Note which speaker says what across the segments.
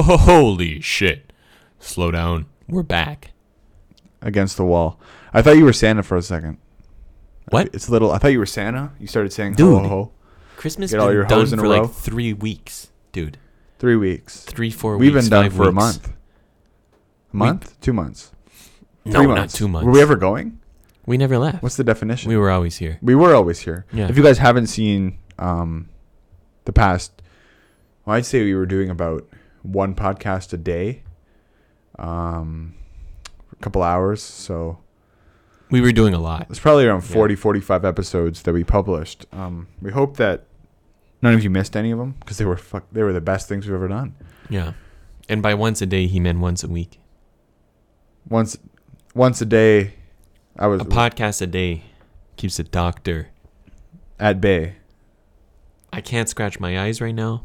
Speaker 1: Holy shit. Slow down. We're back.
Speaker 2: against the wall. I thought you were Santa for a second.
Speaker 1: What?
Speaker 2: It's a little. I thought you were Santa. You started saying ho
Speaker 1: Dude.
Speaker 2: ho ho.
Speaker 1: Christmas
Speaker 2: Get
Speaker 1: been
Speaker 2: all your
Speaker 1: done
Speaker 2: hoes in
Speaker 1: for
Speaker 2: a row.
Speaker 1: like three weeks, dude.
Speaker 2: Three weeks.
Speaker 1: Three, four
Speaker 2: We've
Speaker 1: weeks.
Speaker 2: been done
Speaker 1: five
Speaker 2: for a
Speaker 1: weeks.
Speaker 2: month. A month? Two months.
Speaker 1: No,
Speaker 2: Three
Speaker 1: not
Speaker 2: months.
Speaker 1: two months.
Speaker 2: Were we ever going?
Speaker 1: We never left.
Speaker 2: What's the definition?
Speaker 1: we were always here.
Speaker 2: We were always here.
Speaker 1: Yeah.
Speaker 2: If you guys haven't seen um, the past, well, I'd say we were doing about one podcast a day, um, a couple hours. So
Speaker 1: We were doing a lot.
Speaker 2: it's probably around 40, 45 episodes that we published. Um, we hope that none of you missed any of them because they were fuck, they were the best things we've ever done.
Speaker 1: Yeah. And by once a day, he meant once a week.
Speaker 2: Once, once a day, I was
Speaker 1: A podcast a day keeps a doctor.
Speaker 2: at bay.
Speaker 1: I can't scratch my eyes right now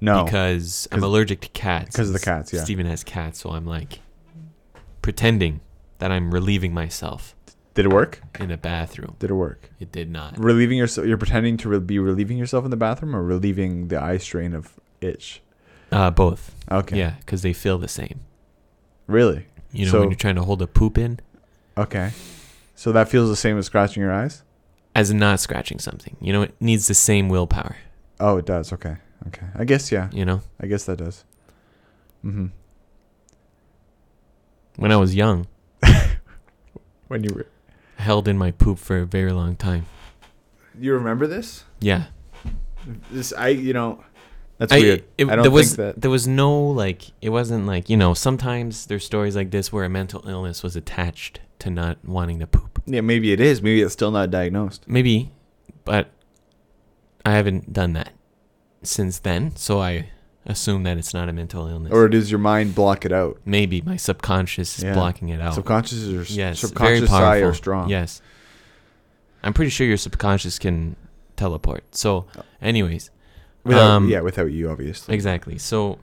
Speaker 2: No,
Speaker 1: because I'm
Speaker 2: 'Cause-
Speaker 1: allergic to cats.
Speaker 2: 'cause of the cats, yeah.
Speaker 1: Steven has cats, so I'm like pretending that I'm relieving myself
Speaker 2: did it work?
Speaker 1: in a bathroom.
Speaker 2: Did it work?
Speaker 1: It did not.
Speaker 2: relieving yourself you're pretending to re- be relieving yourself in the bathroom or relieving the eye strain of itch
Speaker 1: Uh, both.
Speaker 2: okay
Speaker 1: Yeah, because they feel the same.
Speaker 2: really
Speaker 1: You know,
Speaker 2: So-
Speaker 1: when you're trying to hold a poop in,
Speaker 2: okay so that feels the same as scratching your eyes
Speaker 1: as in not scratching something. You know, it needs the same willpower.
Speaker 2: oh it does okay okay i guess yeah
Speaker 1: You know,
Speaker 2: i guess that does mm-hmm
Speaker 1: when I was young,
Speaker 2: when you were
Speaker 1: I held in my poop for a very long time.
Speaker 2: you remember this
Speaker 1: Yeah,
Speaker 2: this i you know that's
Speaker 1: I-
Speaker 2: weird
Speaker 1: it-
Speaker 2: i don't
Speaker 1: there
Speaker 2: think
Speaker 1: was
Speaker 2: that
Speaker 1: there was no like it wasn't like you know sometimes there's stories like this where a mental illness was attached to not wanting to poop.
Speaker 2: yeah maybe it is maybe it's still not diagnosed
Speaker 1: Maybe, but I haven't done that since then, so I assume that it's not a mental illness.
Speaker 2: or does your mind block it out
Speaker 1: maybe my subconscious is
Speaker 2: Yeah.
Speaker 1: blocking it out.
Speaker 2: subconscious or
Speaker 1: yes, very
Speaker 2: subconscious eye
Speaker 1: powerful.
Speaker 2: are strong
Speaker 1: Yes, I'm pretty sure your subconscious can teleport. So, anyways,
Speaker 2: without,
Speaker 1: Um,
Speaker 2: yeah without you obviously
Speaker 1: exactly. So,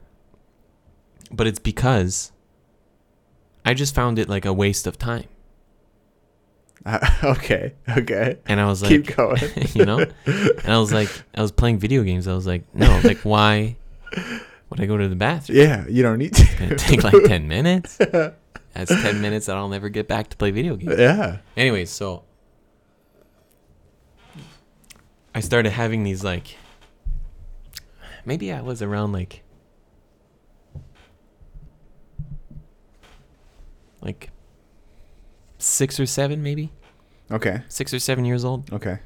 Speaker 1: but it's because I just found it like a waste of time,
Speaker 2: okay okay
Speaker 1: and I was like,
Speaker 2: keep going
Speaker 1: you know, and I was like, I was playing video games. I was like, no, like why would I go to the bathroom?
Speaker 2: Yeah, you don't need to.
Speaker 1: It's gonna take like ten minutes. That's ten minutes that I'll never get back to play video games.
Speaker 2: Yeah.
Speaker 1: Anyways, so I started having these like maybe I was around like like 6 or 7 maybe,
Speaker 2: Okay.
Speaker 1: 6 or 7 years old.
Speaker 2: Okay.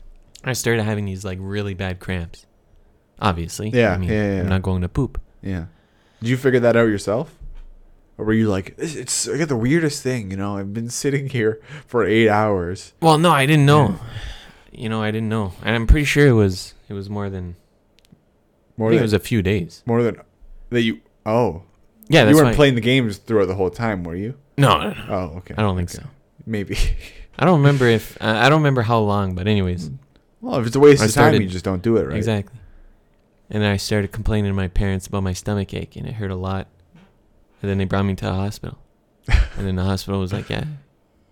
Speaker 1: I started having these like really bad cramps. Obviously.
Speaker 2: Yeah,
Speaker 1: I mean,
Speaker 2: yeah, yeah, yeah.
Speaker 1: I'm not going to poop.
Speaker 2: Yeah. Did you figure that out yourself? Or were you like, "It's- it's I got the weirdest thing, you know? I've been sitting here for eight hours.
Speaker 1: Well, no, I didn't know. You know, I didn't know. And I'm pretty sure it was it was more than I
Speaker 2: More
Speaker 1: think
Speaker 2: than
Speaker 1: it was a few days.
Speaker 2: more than that you. Oh,
Speaker 1: Yeah, that's
Speaker 2: you weren't
Speaker 1: why-
Speaker 2: playing the games throughout the whole time, were you?
Speaker 1: No, no, no.
Speaker 2: Oh, okay.
Speaker 1: I don't think
Speaker 2: Okay.
Speaker 1: so.
Speaker 2: Maybe.
Speaker 1: I don't remember if uh, I don't remember how long, but anyways,
Speaker 2: well, if it's a waste
Speaker 1: I
Speaker 2: of
Speaker 1: started-
Speaker 2: time, you just don't do it, right?
Speaker 1: exactly. And then I started complaining to my parents about my stomach ache, and it hurt a lot. And then they brought me to the hospital, and then the hospital was like, "Yeah,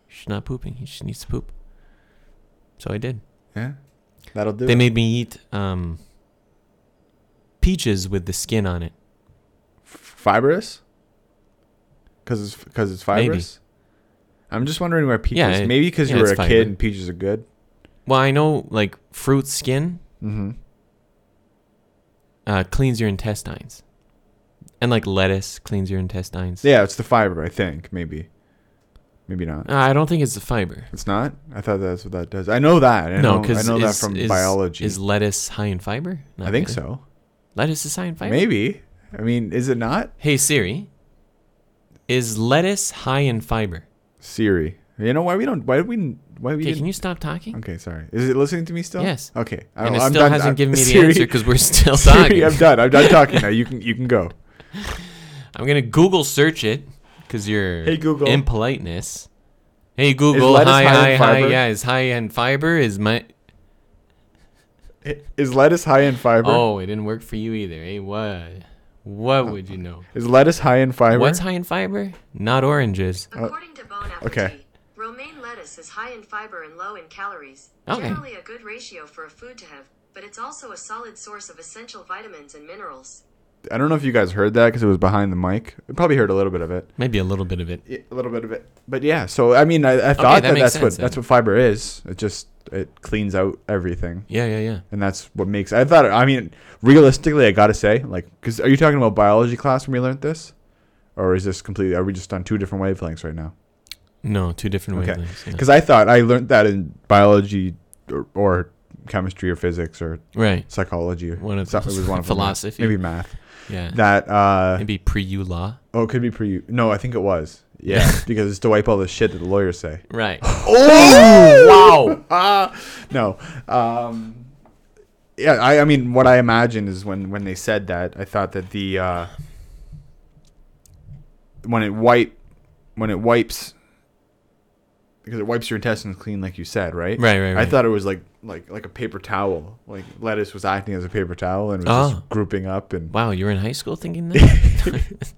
Speaker 1: she's not pooping. She needs to poop." So I did.
Speaker 2: Yeah. That'll do.
Speaker 1: They
Speaker 2: it.
Speaker 1: made me eat um, peaches with the skin on it.
Speaker 2: F- fibrous. Because it's because it's
Speaker 1: Maybe.
Speaker 2: fibrous. I'm just wondering where peaches.
Speaker 1: Yeah, it-
Speaker 2: maybe because
Speaker 1: yeah,
Speaker 2: you were
Speaker 1: it's
Speaker 2: a
Speaker 1: fiber.
Speaker 2: kid and peaches are good.
Speaker 1: Well, I know like fruit skin
Speaker 2: Mm-hmm.
Speaker 1: uh, cleans your intestines, and like lettuce cleans your intestines.
Speaker 2: Yeah, it's the fiber, I think. Maybe. Maybe not.
Speaker 1: Uh, I don't think it's the fiber.
Speaker 2: It's not? I thought that's what that does. I know that. I
Speaker 1: no,
Speaker 2: know, I
Speaker 1: because
Speaker 2: know that from
Speaker 1: is,
Speaker 2: biology.
Speaker 1: Is lettuce high in fiber? Not
Speaker 2: I think
Speaker 1: really.
Speaker 2: so.
Speaker 1: Lettuce is high in fiber.
Speaker 2: Maybe. I mean, is it not?
Speaker 1: Hey Siri, is lettuce high in fiber?
Speaker 2: Siri. You know why we don't why we why we
Speaker 1: Okay, can
Speaker 2: didn't
Speaker 1: you stop talking?
Speaker 2: Okay, sorry. Is it listening to me still?
Speaker 1: Yes.
Speaker 2: Okay. I
Speaker 1: And
Speaker 2: don't-
Speaker 1: it
Speaker 2: I'm
Speaker 1: still
Speaker 2: done-
Speaker 1: hasn't
Speaker 2: I'm-
Speaker 1: given me the
Speaker 2: Siri-
Speaker 1: answer because we're still
Speaker 2: Siri,
Speaker 1: talking.
Speaker 2: I'm done. I'm done talking now. You can you can go.
Speaker 1: I'm gonna Google search it because your
Speaker 2: Hey, Google.
Speaker 1: impoliteness. Hey Google,
Speaker 2: lettuce
Speaker 1: high,
Speaker 2: high
Speaker 1: high,
Speaker 2: in
Speaker 1: high,
Speaker 2: fiber?
Speaker 1: yeah, is high in fiber? Is my
Speaker 2: I- Is lettuce high in fiber?
Speaker 1: oh, it didn't work for you either. Hey, what? What would you know?
Speaker 2: Is lettuce high in fiber?
Speaker 1: What's high in fiber? Not oranges.
Speaker 3: According to Bon Appetit,
Speaker 2: okay.
Speaker 3: romaine lettuce is high in fiber and low in calories.
Speaker 1: Okay.
Speaker 3: Generally a good ratio for a food to have, but it's also a solid source of essential vitamins and minerals.
Speaker 2: I don't know if you guys heard that because it was behind the mic. You probably heard a little bit of it.
Speaker 1: Maybe a little bit of it.
Speaker 2: Yeah, a little bit of it. But yeah, so I mean, I, I thought
Speaker 1: that
Speaker 2: that,
Speaker 1: makes
Speaker 2: that's what
Speaker 1: sense
Speaker 2: that's
Speaker 1: then.
Speaker 2: what fiber is. It just it cleans out everything,
Speaker 1: Yeah, yeah, yeah.
Speaker 2: and that's what makes. I thought. I mean, realistically, I gotta say, like, because are you talking about biology class when we learned this, or is this completely? Are we just on two different wavelengths right now?
Speaker 1: No, two different
Speaker 2: Okay.
Speaker 1: wavelengths. yeah.
Speaker 2: Because I thought I learned that in biology or, or chemistry or physics or
Speaker 1: Right.
Speaker 2: psychology.
Speaker 1: One of
Speaker 2: So- it
Speaker 1: those.
Speaker 2: was one of them, yeah.
Speaker 1: Philosophy.
Speaker 2: maybe math.
Speaker 1: Yeah.
Speaker 2: That uh,
Speaker 1: Maybe pre U law.
Speaker 2: Oh, it could be pre. No, I think it was. Yeah, because it's to wipe all the shit that the lawyers say.
Speaker 1: Right.
Speaker 2: Oh, wow. no. Um, yeah, I, I mean, what I imagine is when, when they said that, I thought that the uh, when it wipe when it wipes because it wipes your intestines clean, like you said, right?
Speaker 1: Right, right,
Speaker 2: I
Speaker 1: right.
Speaker 2: thought it was like like like a paper towel. Like lettuce was acting as a paper towel and was
Speaker 1: Oh.
Speaker 2: just grouping up and
Speaker 1: Wow, you were in high school thinking that?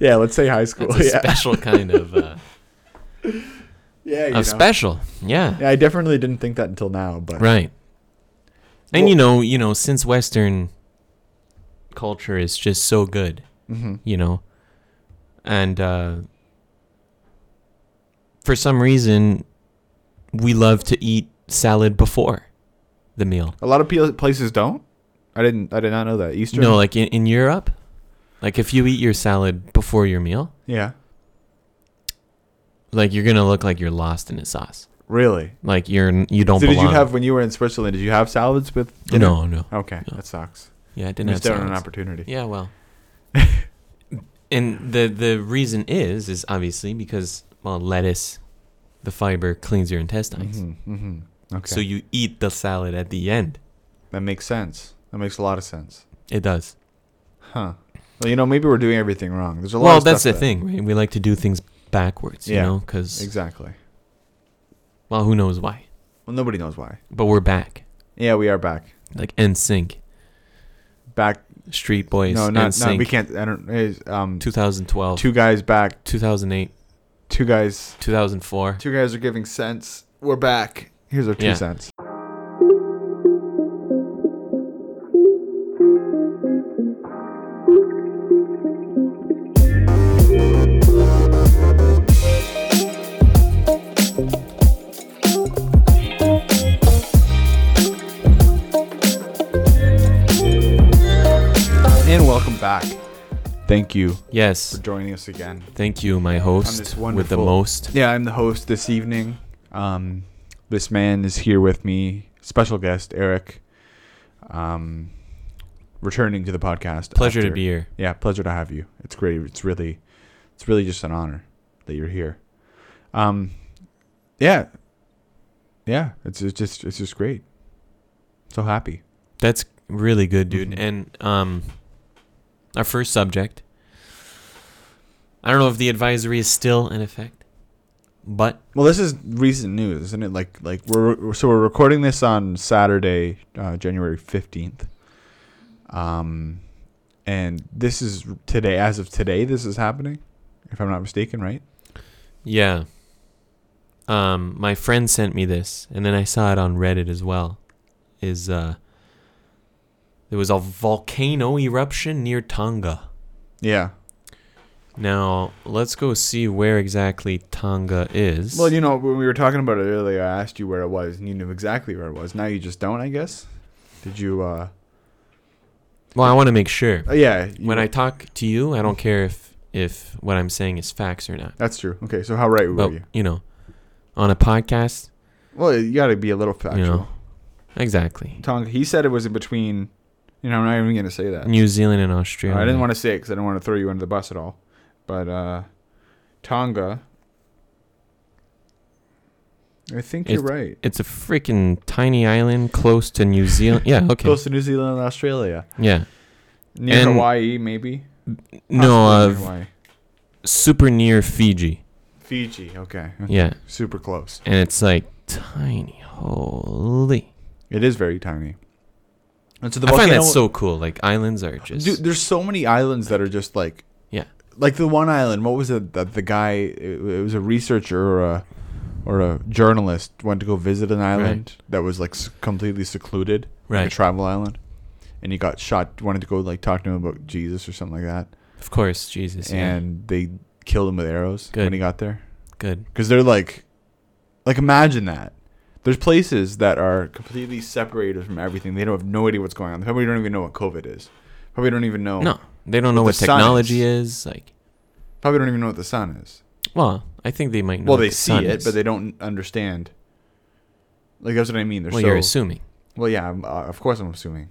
Speaker 2: yeah, let's say high school.
Speaker 1: That's a
Speaker 2: yeah,
Speaker 1: special kind of uh,
Speaker 2: yeah, you know.
Speaker 1: of special. Yeah.
Speaker 2: Yeah, I definitely didn't think that until now, but
Speaker 1: Right. And
Speaker 2: Well-
Speaker 1: you know, you know, since Western culture is just so good,
Speaker 2: Mhm.
Speaker 1: you know, and uh, for some reason, we love to eat salad before the meal.
Speaker 2: a lot of pl- places don't. I didn't. I did not know that Eastern.
Speaker 1: No, like in, in Europe, like if you eat your salad before your meal,
Speaker 2: yeah,
Speaker 1: like you're gonna look like you're lost in a sauce.
Speaker 2: really.
Speaker 1: Like you're n- you don't
Speaker 2: So did
Speaker 1: belong.
Speaker 2: you have when you were in Switzerland? Did you have salads with? dinner?
Speaker 1: no, no.
Speaker 2: Okay,
Speaker 1: No.
Speaker 2: that sucks.
Speaker 1: Yeah, I didn't have
Speaker 2: Missed out on
Speaker 1: salads.
Speaker 2: an opportunity.
Speaker 1: Yeah, well. and the the reason is is obviously because well, lettuce, the fiber cleans your intestines.
Speaker 2: Mm-hmm, mm-hmm. Okay,
Speaker 1: So you eat the salad at the end.
Speaker 2: that makes sense. That makes a lot of sense.
Speaker 1: It does.
Speaker 2: Huh. Well, you know, maybe we're doing everything wrong. There's a lot.
Speaker 1: Well,
Speaker 2: of stuff
Speaker 1: that's the
Speaker 2: that-
Speaker 1: thing, right? We like to do things backwards, you
Speaker 2: Yeah,
Speaker 1: know, cuz
Speaker 2: Exactly.
Speaker 1: well, who knows why.
Speaker 2: Well, nobody knows why.
Speaker 1: But we're back.
Speaker 2: Yeah, we are back.
Speaker 1: Like NSYNC,
Speaker 2: Back.
Speaker 1: Street Boys,
Speaker 2: no, not,
Speaker 1: NSYNC.
Speaker 2: not we can't. I don't. is, Um,
Speaker 1: 2012,
Speaker 2: two guys back.
Speaker 1: 2008,
Speaker 2: Two guys.
Speaker 1: 2004.
Speaker 2: Two guys are giving cents. We're back. Here's our two
Speaker 1: Yeah.
Speaker 2: cents. And welcome back. Thank you for
Speaker 1: Yes.
Speaker 2: joining us again.
Speaker 1: Thank you, my host with the
Speaker 2: wonderful-
Speaker 1: most.
Speaker 2: Yeah, I'm the host this evening. Um, this man is here with me, special guest Eric, um, returning to the podcast.
Speaker 1: Pleasure to
Speaker 2: after-
Speaker 1: be here.
Speaker 2: Yeah, pleasure to have you. It's great. It's really, it's really just an honor that you're here. Um, yeah, yeah. It's it's just it's just great. So happy.
Speaker 1: That's really good, dude.
Speaker 2: Mhm.
Speaker 1: And um, our first subject. I don't know if the advisory is still in effect, but
Speaker 2: Well, this is recent news, isn't it? Like like we're we're- so we're recording this on Saturday, uh, January fifteenth. Um, and this is today. As of today, this is happening, if I'm not mistaken, right?
Speaker 1: yeah. Um, my friend sent me this, and then I saw it on Reddit as well. Is uh, there was a volcano eruption near Tonga.
Speaker 2: Yeah.
Speaker 1: Now let's go see where exactly Tonga is.
Speaker 2: Well, you know, when we were talking about it earlier, I asked you where it was, and you knew exactly where it was. Now you just don't, I guess. Did you? uh
Speaker 1: well I want to make sure
Speaker 2: oh, Yeah. you-
Speaker 1: when I talk to you, I don't care if if what I'm saying is facts or not.
Speaker 2: That's true. Okay, so how right were
Speaker 1: but
Speaker 2: you?
Speaker 1: you know, on a podcast,
Speaker 2: Well, you got to be a little factual.
Speaker 1: you know, exactly.
Speaker 2: Tonga. He said it was in between. You know, I'm not even gonna say that.
Speaker 1: New Zealand and Australia.
Speaker 2: I didn't want to say it because I didn't want to throw you under the bus at all. But uh, Tonga, I think you're
Speaker 1: It's-
Speaker 2: right.
Speaker 1: It's a freaking tiny island close to New Zealand. Yeah, okay.
Speaker 2: Close to New Zealand and Australia.
Speaker 1: Yeah.
Speaker 2: Near
Speaker 1: And-
Speaker 2: Hawaii, maybe?
Speaker 1: No,
Speaker 2: Possibly near
Speaker 1: uh,
Speaker 2: Hawaii.
Speaker 1: super near Fiji.
Speaker 2: Fiji, okay.
Speaker 1: Yeah,
Speaker 2: Super close.
Speaker 1: and it's like tiny. Holy!
Speaker 2: It is very tiny. And so the
Speaker 1: I find
Speaker 2: volcano-
Speaker 1: that so cool. Like islands are just
Speaker 2: Dude, there's so many islands that are just like.
Speaker 1: Yeah.
Speaker 2: Like the one island, what was it that the guy? It, it was a researcher or a or a journalist went to go visit an island that was like s- completely secluded, like a
Speaker 1: right.
Speaker 2: travel island, and he got shot. Wanted to go like talk to him about Jesus or something like that,
Speaker 1: Of course, Jesus. yeah.
Speaker 2: and they killed him with arrows when
Speaker 1: Good.
Speaker 2: he got there.
Speaker 1: Good.
Speaker 2: Because they're like, like imagine that. There's places that are completely separated from everything. They don't have no idea what's going on. They probably don't even know what COVID is. Probably don't even know.
Speaker 1: No, they don't know
Speaker 2: With
Speaker 1: what
Speaker 2: the sun is-
Speaker 1: technology is. Like,
Speaker 2: Probably don't even know what the sun is.
Speaker 1: well, I think they might know.
Speaker 2: well,
Speaker 1: what
Speaker 2: they
Speaker 1: the
Speaker 2: see
Speaker 1: sun
Speaker 2: it,
Speaker 1: is.
Speaker 2: but they don't understand. Like that's what I mean. They're
Speaker 1: Well,
Speaker 2: so.
Speaker 1: you're assuming.
Speaker 2: well, yeah. I'm, uh, of course, I'm assuming.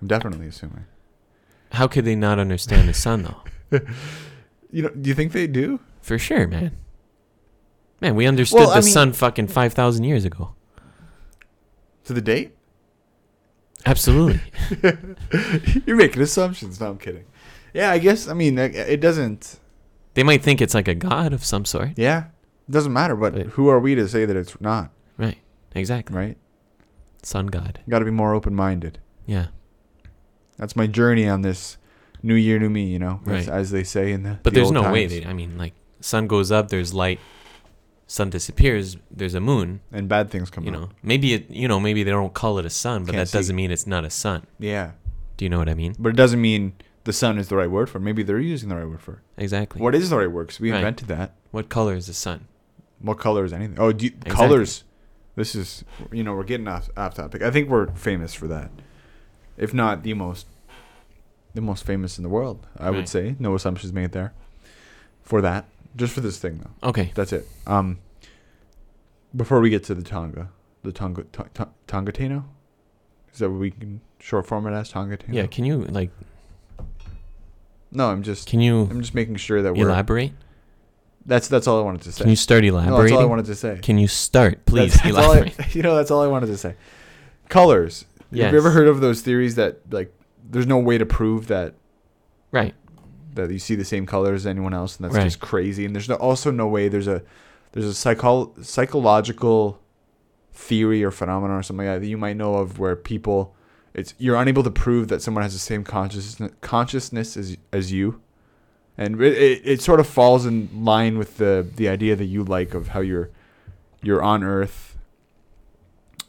Speaker 2: I'm definitely assuming.
Speaker 1: How could they not understand the sun though?
Speaker 2: You know? Do you think they do?
Speaker 1: For sure, man. Man, we understood
Speaker 2: Well, I
Speaker 1: the
Speaker 2: mean-
Speaker 1: sun fucking five thousand years ago.
Speaker 2: To the date?
Speaker 1: Absolutely.
Speaker 2: You're making assumptions. No, I'm kidding. Yeah, I guess. I mean, it- it doesn't.
Speaker 1: they might think it's like a god of some sort.
Speaker 2: Yeah, it doesn't matter. But
Speaker 1: But-
Speaker 2: who are we to say that it's not?
Speaker 1: Right. Exactly.
Speaker 2: Right?
Speaker 1: Sun god.
Speaker 2: Got to be more open-minded.
Speaker 1: Yeah.
Speaker 2: That's my journey on this new year, new me. You know, as,
Speaker 1: Right.
Speaker 2: as they say in the.
Speaker 1: But
Speaker 2: the
Speaker 1: there's
Speaker 2: old
Speaker 1: no way
Speaker 2: times.
Speaker 1: they. I mean, like sun goes up, there's light. Sun disappears, there's a moon.
Speaker 2: And bad things come.
Speaker 1: You
Speaker 2: up.
Speaker 1: know, maybe it. You know, maybe they don't call it a sun, but
Speaker 2: Can't
Speaker 1: that doesn't
Speaker 2: see.
Speaker 1: mean it's not a sun.
Speaker 2: Yeah,
Speaker 1: Do you know what I mean?
Speaker 2: but it doesn't mean the sun is the right word for. it. Maybe they're using the right word for. it.
Speaker 1: Exactly.
Speaker 2: What is the right word? 'Cause we
Speaker 1: Right.
Speaker 2: invented that.
Speaker 1: What color is the sun?
Speaker 2: What color is anything? Oh, do you,
Speaker 1: Exactly.
Speaker 2: colors. This is, you know, we're getting off off topic. I think we're famous for that, if not the most, the most famous in the world. I would
Speaker 1: Right.
Speaker 2: say. No assumptions made there. For that, just for this thing though.
Speaker 1: Okay.
Speaker 2: That's it. Um. Before we get to the Tonga, the Tonga Ton- Ton- Tongatino, is that what we can short form it as Tongatino?
Speaker 1: Yeah. Can you like?
Speaker 2: No, I'm just
Speaker 1: Can you
Speaker 2: I'm just making sure that we're.
Speaker 1: elaborate?
Speaker 2: That's that's all I wanted to say.
Speaker 1: Can you start
Speaker 2: no, that's
Speaker 1: elaborating?
Speaker 2: all I wanted to say.
Speaker 1: Can you start, please?
Speaker 2: That's- that's all I-
Speaker 1: elaborate.
Speaker 2: you know, that's all I wanted to say. Colors. Have
Speaker 1: Yes.
Speaker 2: you ever heard of those theories that like there's no way to prove that
Speaker 1: Right.
Speaker 2: that you see the same color as anyone else, and that's
Speaker 1: Right.
Speaker 2: just crazy. And there's no, also no way there's a there's a psycho- psychological theory or phenomenon or something like that, that you might know of where people it's you're unable to prove that someone has the same consciousness consciousness as as you, and it, it, it sort of falls in line with the the idea that you like of how you're you're on Earth.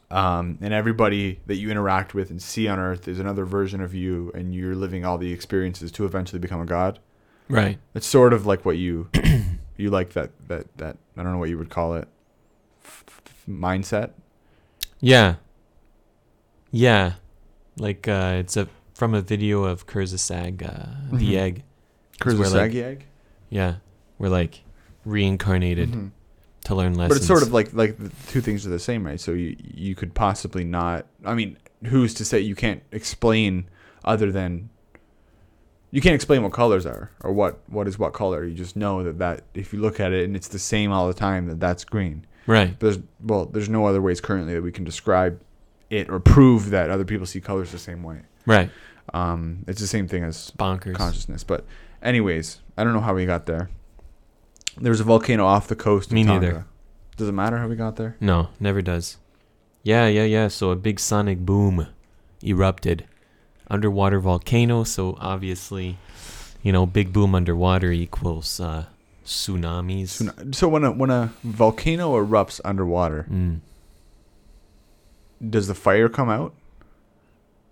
Speaker 2: Um, and everybody that you interact with and see on Earth is another version of you, and you're living all the experiences to eventually become a god.
Speaker 1: Right.
Speaker 2: It's sort of like what you you like that that that I don't know what you would call it f- f- mindset.
Speaker 1: Yeah. Yeah. Like uh it's a from a video of Kurzasag, uh
Speaker 2: Mhm.
Speaker 1: the egg. It's where, like-
Speaker 2: Kurzgesagt egg.
Speaker 1: Yeah. We're like reincarnated
Speaker 2: Mhm.
Speaker 1: to learn lessons.
Speaker 2: But it's sort of like like the two things are the same, right? So you you could possibly not. I mean, who's to say you can't explain other than you can't explain what colors are or what what is what color. You just know that that if you look at it and it's the same all the time, that that's green.
Speaker 1: Right.
Speaker 2: But there's well, there's no other ways currently that we can describe it or prove that other people see colors the same way.
Speaker 1: Right.
Speaker 2: Um, it's the same thing as
Speaker 1: Bonkers.
Speaker 2: consciousness. But anyways, I don't know how we got there. There was a volcano off the coast. Of
Speaker 1: Me
Speaker 2: Tonga.
Speaker 1: neither.
Speaker 2: Does it matter how we got there?
Speaker 1: No, never does. Yeah, yeah, yeah. So a big sonic boom erupted. Underwater volcano, so obviously, you know, big boom underwater equals uh tsunamis.
Speaker 2: Tsun- So when a when a volcano erupts underwater,
Speaker 1: Mm.
Speaker 2: does the fire come out?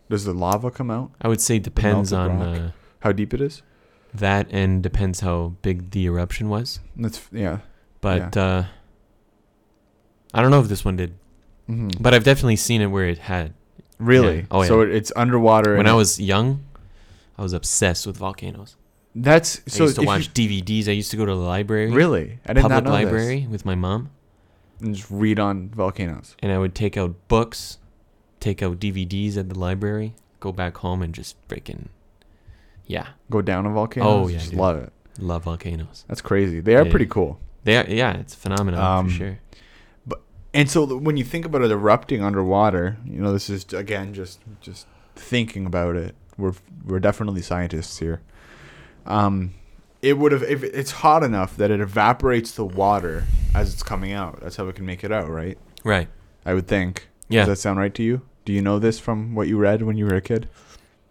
Speaker 2: Does the lava come out?
Speaker 1: I would say depends
Speaker 2: melted
Speaker 1: on
Speaker 2: rock.
Speaker 1: uh,
Speaker 2: How deep it is?
Speaker 1: that and depends how big the eruption was.
Speaker 2: That's yeah.
Speaker 1: But uh, I don't know if this one did.
Speaker 2: hmm
Speaker 1: But I've definitely seen it where it had.
Speaker 2: Really?
Speaker 1: Yeah. Oh, yeah.
Speaker 2: So it, it's underwater.
Speaker 1: When
Speaker 2: and
Speaker 1: I
Speaker 2: it-
Speaker 1: was young, I was obsessed with volcanoes.
Speaker 2: that's
Speaker 1: I
Speaker 2: so
Speaker 1: used to
Speaker 2: if
Speaker 1: watch DVDs. I used to go to the library,
Speaker 2: You, really, I did not
Speaker 1: public
Speaker 2: know this.
Speaker 1: library, with my mom,
Speaker 2: And just read on volcanoes.
Speaker 1: and I would take out books, take out DVDs at the library, go back home and just freaking, yeah,
Speaker 2: Go down a volcano.
Speaker 1: Oh, yeah,
Speaker 2: Just
Speaker 1: dude.
Speaker 2: love it.
Speaker 1: love volcanoes.
Speaker 2: That's crazy. They are
Speaker 1: Yeah.
Speaker 2: pretty cool.
Speaker 1: They are, yeah, it's phenomenal
Speaker 2: Um,
Speaker 1: for sure.
Speaker 2: And so th- when you think about it erupting underwater, you know this is again just just thinking about it. We're we're definitely scientists here. Um, it would have if it's hot enough that it evaporates the water as it's coming out. That's how it can make it out, right?
Speaker 1: Right?
Speaker 2: I would think.
Speaker 1: Yeah.
Speaker 2: Does that sound right to you? Do you know this from what you read when you were a kid?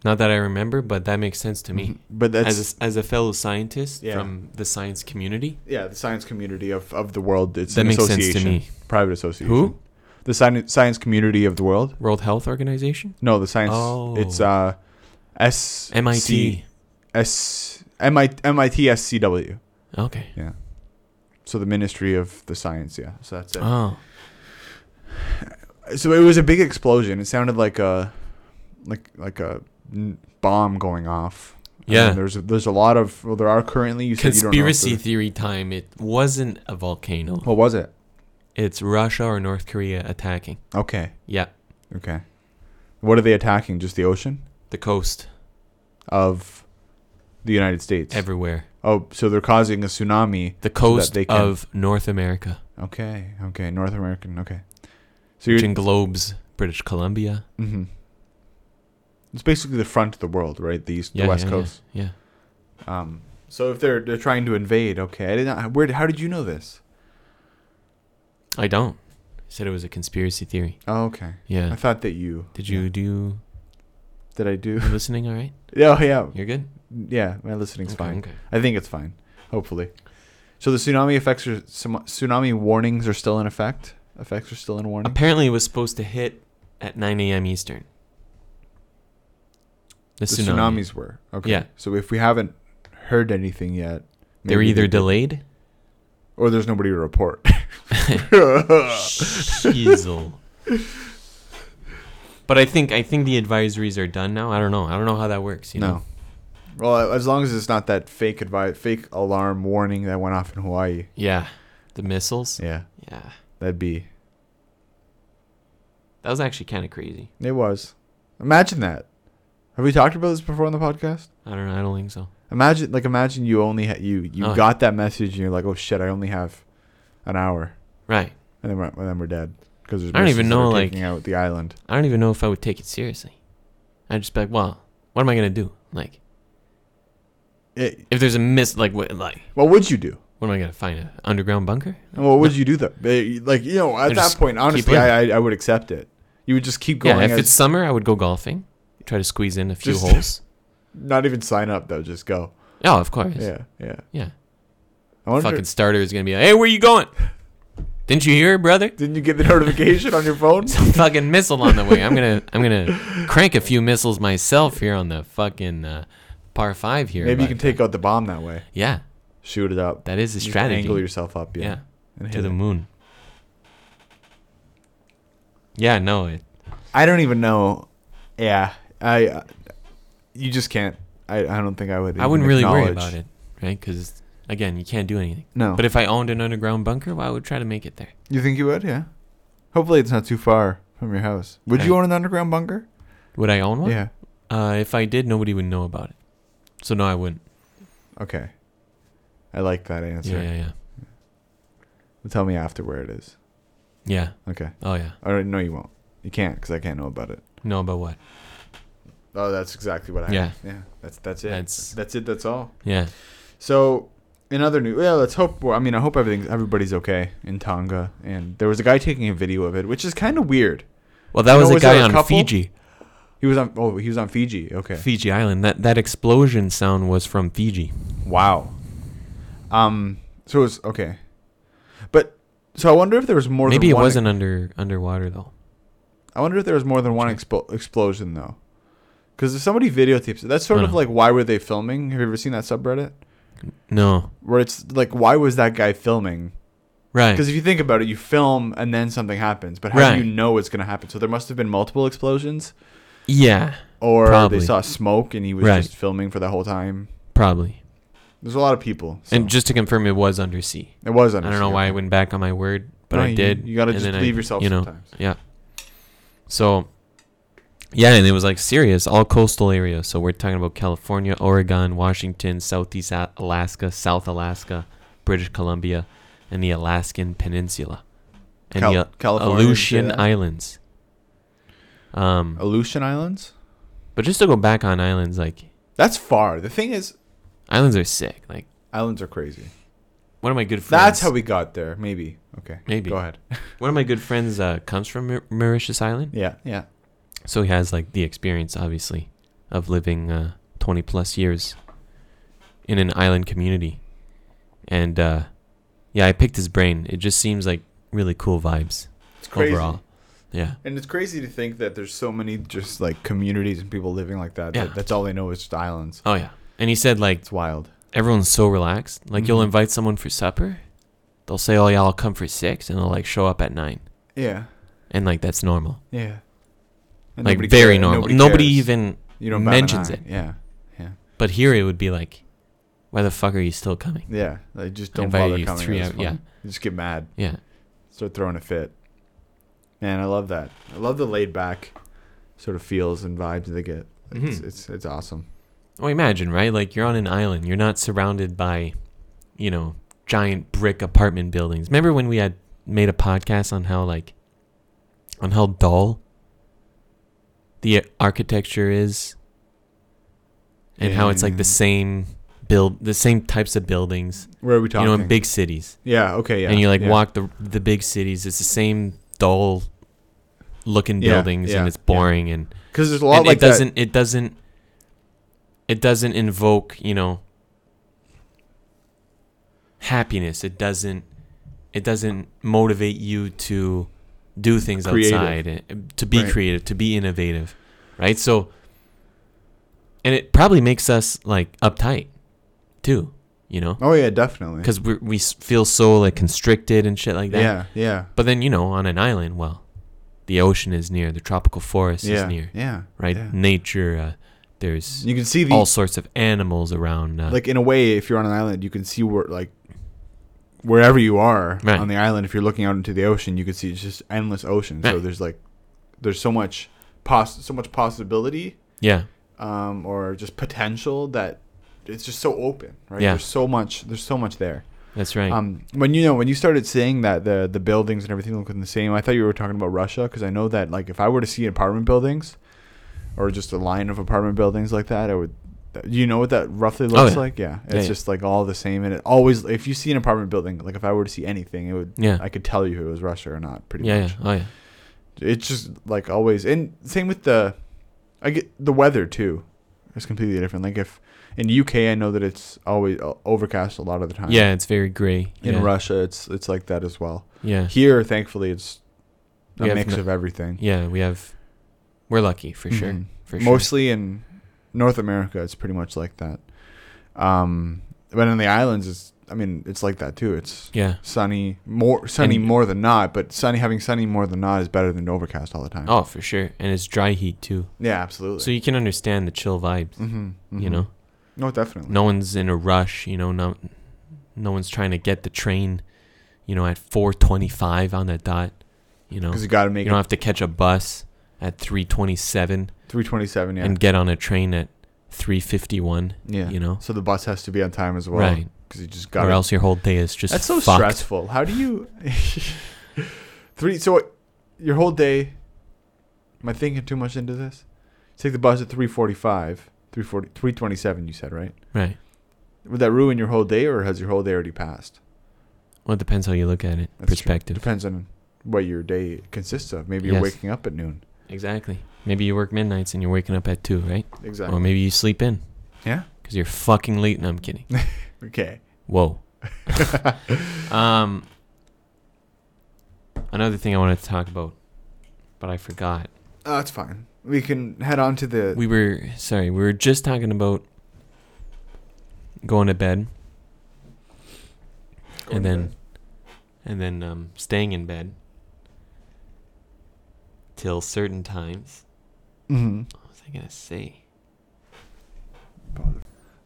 Speaker 1: Not that I remember, but that makes sense to me.
Speaker 2: But that's
Speaker 1: as a, as a fellow scientist
Speaker 2: Yeah.
Speaker 1: from the science community.
Speaker 2: yeah, the science community of, of the world. It's
Speaker 1: That
Speaker 2: an
Speaker 1: makes sense to
Speaker 2: association,
Speaker 1: me.
Speaker 2: Private association.
Speaker 1: Who?
Speaker 2: the science science community of the world.
Speaker 1: World Health Organization?
Speaker 2: No, the science.
Speaker 1: Oh.
Speaker 2: It's uh, S
Speaker 1: MIT.
Speaker 2: C- S MIT MITSCW.
Speaker 1: Okay.
Speaker 2: Yeah. So the Ministry of the Science. Yeah. So that's it.
Speaker 1: Oh.
Speaker 2: So it was a big explosion. It sounded like a like like a n- bomb going off.
Speaker 1: Yeah.
Speaker 2: Um, there's a, there's a lot of well, there are currently you said
Speaker 1: Conspiracy
Speaker 2: You don't know if
Speaker 1: theory time. It wasn't a volcano.
Speaker 2: there- what was it?
Speaker 1: It's Russia or North Korea attacking.
Speaker 2: Okay.
Speaker 1: Yeah.
Speaker 2: Okay. What are they attacking? Just the ocean
Speaker 1: The coast.
Speaker 2: of the United States.
Speaker 1: Everywhere.
Speaker 2: oh, so they're causing a tsunami.
Speaker 1: The coast
Speaker 2: they can-
Speaker 1: of North America,
Speaker 2: Okay. Okay. North American. Okay. So
Speaker 1: which
Speaker 2: you're.
Speaker 1: englobes British Columbia.
Speaker 2: hmm It's basically the front of the world, right? The east, the west
Speaker 1: yeah,
Speaker 2: coast.
Speaker 1: Yeah. yeah.
Speaker 2: Um, so if they're they're trying to invade, okay, I did not. Where? How did you know this?
Speaker 1: I don't. I said it was a conspiracy theory.
Speaker 2: Oh, okay. I
Speaker 1: Yeah.
Speaker 2: thought that you
Speaker 1: Did you do
Speaker 2: did. I do.
Speaker 1: you listening all right?
Speaker 2: oh yeah,
Speaker 1: You're good?
Speaker 2: yeah. My listening's
Speaker 1: Okay,
Speaker 2: fine.
Speaker 1: Okay.
Speaker 2: I think it's fine. Hopefully. So the tsunami effects are some tsunami warnings are still in effect. Effects are still in warning.
Speaker 1: Apparently, it was supposed to hit at 9 a.m. Eastern. The,
Speaker 2: The
Speaker 1: tsunami.
Speaker 2: tsunamis were okay.
Speaker 1: Yeah.
Speaker 2: So if we haven't heard anything yet,
Speaker 1: They're
Speaker 2: maybe
Speaker 1: either
Speaker 2: they-
Speaker 1: delayed.
Speaker 2: or there's nobody to report.
Speaker 1: Shizzle. But I think I think the advisories are done now. I don't know. I don't know how that works. You
Speaker 2: no.
Speaker 1: know?
Speaker 2: Well, as long as it's not that fake advice, fake alarm warning that went off in Hawaii.
Speaker 1: Yeah. The missiles.
Speaker 2: Yeah,
Speaker 1: Yeah.
Speaker 2: that'd be.
Speaker 1: That was actually kind of crazy.
Speaker 2: It was. Imagine that. Have we talked about this before on the podcast?
Speaker 1: I don't know. I don't think so.
Speaker 2: Imagine, like, imagine you only ha- you you
Speaker 1: Oh.
Speaker 2: got that message and you're like, oh shit, I only have an hour,
Speaker 1: Right.
Speaker 2: and then we're, and then we're dead because
Speaker 1: I don't even know, like-
Speaker 2: taking out the island.
Speaker 1: I don't even know if I would take it seriously. I'd just be like, well, what am I gonna do? Like,
Speaker 2: It,
Speaker 1: if there's a miss, like, what, like,
Speaker 2: Eh, what would you do?
Speaker 1: what am I gonna find? An underground bunker?
Speaker 2: And What would you do though? Eh, Like, you know, at
Speaker 1: I
Speaker 2: that
Speaker 1: just
Speaker 2: point,
Speaker 1: keep
Speaker 2: honestly,
Speaker 1: living.
Speaker 2: I, I I would accept it. You would just keep going.
Speaker 1: Yeah. If
Speaker 2: as-
Speaker 1: it's summer, I would go golfing. Try to squeeze in a few
Speaker 2: Just-
Speaker 1: holes.
Speaker 2: not even sign up though, just go.
Speaker 1: Oh, of course.
Speaker 2: Yeah, yeah.
Speaker 1: Yeah.
Speaker 2: I wonder.
Speaker 1: Fucking starter is gonna be like, "Hey, where you going? Didn't you hear, brother?
Speaker 2: Didn't you get the notification on your phone?
Speaker 1: Some fucking missile on the way. I'm gonna, I'm gonna crank a few missiles myself here on the fucking uh, par five here.
Speaker 2: Maybe you
Speaker 1: but-
Speaker 2: can take out the bomb that way.
Speaker 1: Yeah,
Speaker 2: Shoot it up.
Speaker 1: that is a
Speaker 2: Just
Speaker 1: strategy.
Speaker 2: Angle yourself up. Yeah.
Speaker 1: Yeah,
Speaker 2: and
Speaker 1: to
Speaker 2: hit
Speaker 1: the
Speaker 2: it.
Speaker 1: moon. Yeah, no, it,
Speaker 2: I don't even know. Yeah. I. Uh, you just can't. I, I don't think I would.
Speaker 1: I wouldn't
Speaker 2: even
Speaker 1: really worry
Speaker 2: acknowledge-
Speaker 1: about it, right? Because again, you can't do anything.
Speaker 2: No.
Speaker 1: But if I owned an underground bunker, well, I would try to make it there.
Speaker 2: you think you would? Yeah. Hopefully it's not too far from your house. Would you
Speaker 1: Right.
Speaker 2: own an underground bunker?
Speaker 1: Would I own one?
Speaker 2: Yeah.
Speaker 1: Uh, if I did, nobody would know about it. So no, I wouldn't.
Speaker 2: Okay. I like that answer.
Speaker 1: yeah, yeah, yeah,
Speaker 2: Tell me after where it is.
Speaker 1: yeah.
Speaker 2: Okay.
Speaker 1: Oh yeah.
Speaker 2: All right. No, you won't. You can't because I can't know about it.
Speaker 1: No, but what?
Speaker 2: Oh, that's exactly what I.
Speaker 1: Yeah.
Speaker 2: Yeah. That's that's it.
Speaker 1: That's-
Speaker 2: that's it. That's all.
Speaker 1: Yeah.
Speaker 2: So, in other news, yeah, let's hope. Well, I mean, I hope everything everybody's okay in Tonga. And there was a guy taking a video of it, which is kind of weird.
Speaker 1: Well, that
Speaker 2: You
Speaker 1: was
Speaker 2: know,
Speaker 1: a
Speaker 2: was
Speaker 1: guy
Speaker 2: there a
Speaker 1: on
Speaker 2: couple?
Speaker 1: Fiji,
Speaker 2: He was on. Oh, he was on Fiji. Okay.
Speaker 1: Fiji Island. That that explosion sound was from Fiji.
Speaker 2: Wow. Um. So it was okay, but so I wonder if there was more.
Speaker 1: Maybe
Speaker 2: than
Speaker 1: it
Speaker 2: one, e-
Speaker 1: wasn't under underwater though.
Speaker 2: I wonder if there was more than one expo- explosion though, because if somebody videotapes it, that's sort
Speaker 1: I
Speaker 2: of
Speaker 1: know.
Speaker 2: like why were they filming? Have you ever seen that subreddit
Speaker 1: No,
Speaker 2: where it's like why was that guy filming?
Speaker 1: right?
Speaker 2: Because if you think about it, you film and then something happens, but how do
Speaker 1: Right.
Speaker 2: you know it's going to happen? So there must have been multiple explosions.
Speaker 1: Yeah,
Speaker 2: or
Speaker 1: Probably.
Speaker 2: they saw smoke and he was
Speaker 1: Right.
Speaker 2: just filming for the whole time.
Speaker 1: probably.
Speaker 2: There's a lot of people. so-
Speaker 1: And just to confirm, it was undersea.
Speaker 2: it was.
Speaker 1: I don't know why I went back on my word, but I did.
Speaker 2: You, gotta
Speaker 1: and
Speaker 2: just
Speaker 1: then I-
Speaker 2: leave yourself
Speaker 1: You know,
Speaker 2: sometimes.
Speaker 1: yeah. So, yeah, and it was like serious, all coastal areas. So we're talking about California, Oregon, Washington, Southeast A- Alaska, South Alaska, British Columbia, and the Alaskan Peninsula, and
Speaker 2: Cal-
Speaker 1: the Al-
Speaker 2: California, you say
Speaker 1: Aleutian
Speaker 2: that? Oh.
Speaker 1: Islands. Um,
Speaker 2: Aleutian Islands.
Speaker 1: but just to go back on islands, like
Speaker 2: That's far. The thing is,
Speaker 1: islands are sick. Like
Speaker 2: islands are crazy.
Speaker 1: one of my good friends.
Speaker 2: That's how we got there. Maybe. Okay.
Speaker 1: Maybe.
Speaker 2: Go ahead.
Speaker 1: One of my good friends uh, comes from Mau- Mauritius Island.
Speaker 2: yeah. Yeah.
Speaker 1: So he has like the experience, obviously, of living uh, 20 plus years in an island community. And uh, yeah, I picked his brain. It just seems like really cool vibes
Speaker 2: It's crazy.
Speaker 1: overall. Yeah.
Speaker 2: And it's crazy to think that there's so many just like communities and people living like that.
Speaker 1: Yeah.
Speaker 2: that that's all they know is just islands.
Speaker 1: Oh yeah. And he said like
Speaker 2: It's wild.
Speaker 1: everyone's so relaxed. Like you'll
Speaker 2: Mhm.
Speaker 1: invite someone for supper, they'll say, "Oh yeah, I'll come for six, and they'll like show up at nine,
Speaker 2: Yeah.
Speaker 1: and like that's normal.
Speaker 2: Yeah. And
Speaker 1: like
Speaker 2: nobody
Speaker 1: very
Speaker 2: cares-
Speaker 1: normal. Nobody,
Speaker 2: cares.
Speaker 1: even.
Speaker 2: you don't bat an
Speaker 1: mentions
Speaker 2: eye.
Speaker 1: it.
Speaker 2: Yeah.
Speaker 1: But here it would be like, why the fuck are you still coming?
Speaker 2: Yeah. They just don't
Speaker 1: Invited
Speaker 2: bother
Speaker 1: you
Speaker 2: coming.
Speaker 1: three
Speaker 2: at this
Speaker 1: out- yeah.
Speaker 2: point. You just get mad.
Speaker 1: Yeah.
Speaker 2: Start throwing a fit. Man, I love that. I love the laid back sort of feels and vibes they get. It's,
Speaker 1: Mhm.
Speaker 2: it's it's awesome.
Speaker 1: Well, imagine right? Like you're on an island. You're not surrounded by, you know, giant brick apartment buildings. Remember when we had made a podcast on how like, on how dull. The architecture is. And how it's like
Speaker 2: Yeah.
Speaker 1: the same build, the same types of buildings.
Speaker 2: Where are we talking?
Speaker 1: You know, in big cities.
Speaker 2: yeah. Okay. Yeah.
Speaker 1: and you like
Speaker 2: yeah.
Speaker 1: walk the the big cities. It's the same dull looking
Speaker 2: Yeah,
Speaker 1: buildings,
Speaker 2: yeah,
Speaker 1: and it's
Speaker 2: yeah.
Speaker 1: boring, and,
Speaker 2: because there's a lot
Speaker 1: and
Speaker 2: like
Speaker 1: it
Speaker 2: that.
Speaker 1: doesn't it doesn't it doesn't invoke you know happiness. It doesn't it doesn't motivate you to do things
Speaker 2: Creative.
Speaker 1: outside, and- to be
Speaker 2: Right.
Speaker 1: creative, to be innovative, right? So, and it probably makes us like uptight too, you know
Speaker 2: Oh yeah, definitely.
Speaker 1: because we we s- feel so like constricted and shit like that.
Speaker 2: yeah, yeah,
Speaker 1: But then you know, on an island, well, the ocean is near, the tropical forest
Speaker 2: yeah,
Speaker 1: is near,
Speaker 2: yeah,
Speaker 1: right?
Speaker 2: yeah.
Speaker 1: Nature. Uh, there's
Speaker 2: You can see the
Speaker 1: all sorts of animals around. Uh,
Speaker 2: like in a way, if you're on an island, you can see where like wherever you are
Speaker 1: Right.
Speaker 2: on the island. If you're looking out into the ocean, you can see it's just endless ocean. So
Speaker 1: Right.
Speaker 2: there's like there's so much poss so much possibility
Speaker 1: yeah,
Speaker 2: um, or just potential that it's just so open, right?
Speaker 1: Yeah.
Speaker 2: There's so much. There's so much there.
Speaker 1: that's right.
Speaker 2: Um, when you know when you started saying that the the buildings and everything look the same, I thought you were talking about Russia because I know that like if I were to see apartment buildings, or just a line of apartment buildings like that, I would. th- You know what that roughly looks
Speaker 1: Oh, yeah.
Speaker 2: like? Yeah, it's
Speaker 1: Yeah, yeah.
Speaker 2: just like all the same, and it always. If you see an apartment building, like if I were to see anything, it would.
Speaker 1: Yeah.
Speaker 2: I could tell you if it was Russia or not. Pretty
Speaker 1: yeah, yeah,
Speaker 2: much.
Speaker 1: oh yeah,
Speaker 2: It's just like always, and same with the. I get the weather too. It's completely different. Like if in UK, I know that it's always uh, overcast a lot of the time.
Speaker 1: yeah. It's very gray.
Speaker 2: In
Speaker 1: yeah.
Speaker 2: Russia, it's it's like that as well.
Speaker 1: yeah,
Speaker 2: Here, thankfully, it's
Speaker 1: We
Speaker 2: a
Speaker 1: have
Speaker 2: mix
Speaker 1: no-
Speaker 2: of everything.
Speaker 1: yeah. We have, we're lucky for sure,
Speaker 2: Mhm.
Speaker 1: for sure.
Speaker 2: Mostly in North America, it's pretty much like that. Um, but in the islands, it's I mean, it's like that too. It's
Speaker 1: yeah.
Speaker 2: sunny, more sunny
Speaker 1: And-
Speaker 2: more than not. But sunny having sunny more than not is better than overcast all the time.
Speaker 1: Oh, for sure. And it's dry heat too,
Speaker 2: yeah, absolutely.
Speaker 1: so you can understand the chill vibes.
Speaker 2: hmm
Speaker 1: You know,
Speaker 2: no, definitely.
Speaker 1: no one's in a rush you know no no one's trying to get the train you know at 425 on the dot you know
Speaker 2: because you got to
Speaker 1: you
Speaker 2: make
Speaker 1: don't have to catch a bus at 327
Speaker 2: three twenty-seven. Yeah,
Speaker 1: and get on a train at 351
Speaker 2: yeah.
Speaker 1: you know
Speaker 2: so the bus has to be on time as well,
Speaker 1: right
Speaker 2: Because you just got
Speaker 1: or
Speaker 2: to
Speaker 1: else your whole day is just
Speaker 2: That's so
Speaker 1: fucked.
Speaker 2: stressful. How do you three? So your whole day. Am I thinking too much into this? Take the bus at 345, 340, 327, You said right.
Speaker 1: right
Speaker 2: Would that ruin your whole day, or has your whole day already passed?
Speaker 1: well it depends how you look at it
Speaker 2: That's true.
Speaker 1: perspective
Speaker 2: Depends on what your day consists of. Maybe you're
Speaker 1: Yes.
Speaker 2: waking up at noon.
Speaker 1: exactly maybe you work midnights and you're waking up at 2 right
Speaker 2: Exactly.
Speaker 1: or maybe you sleep in
Speaker 2: Yeah.
Speaker 1: because you're fucking late no i'm kidding
Speaker 2: Okay. Uh,
Speaker 1: whoa Um, another thing I wanted to talk about, but I forgot.
Speaker 2: Oh, that's fine. We can head on to the.
Speaker 1: We were sorry. We were just talking about going to bed
Speaker 2: going
Speaker 1: and
Speaker 2: to
Speaker 1: then
Speaker 2: bed.
Speaker 1: and then um, staying in bed till certain times.
Speaker 2: Mhm.
Speaker 1: What was I gonna say?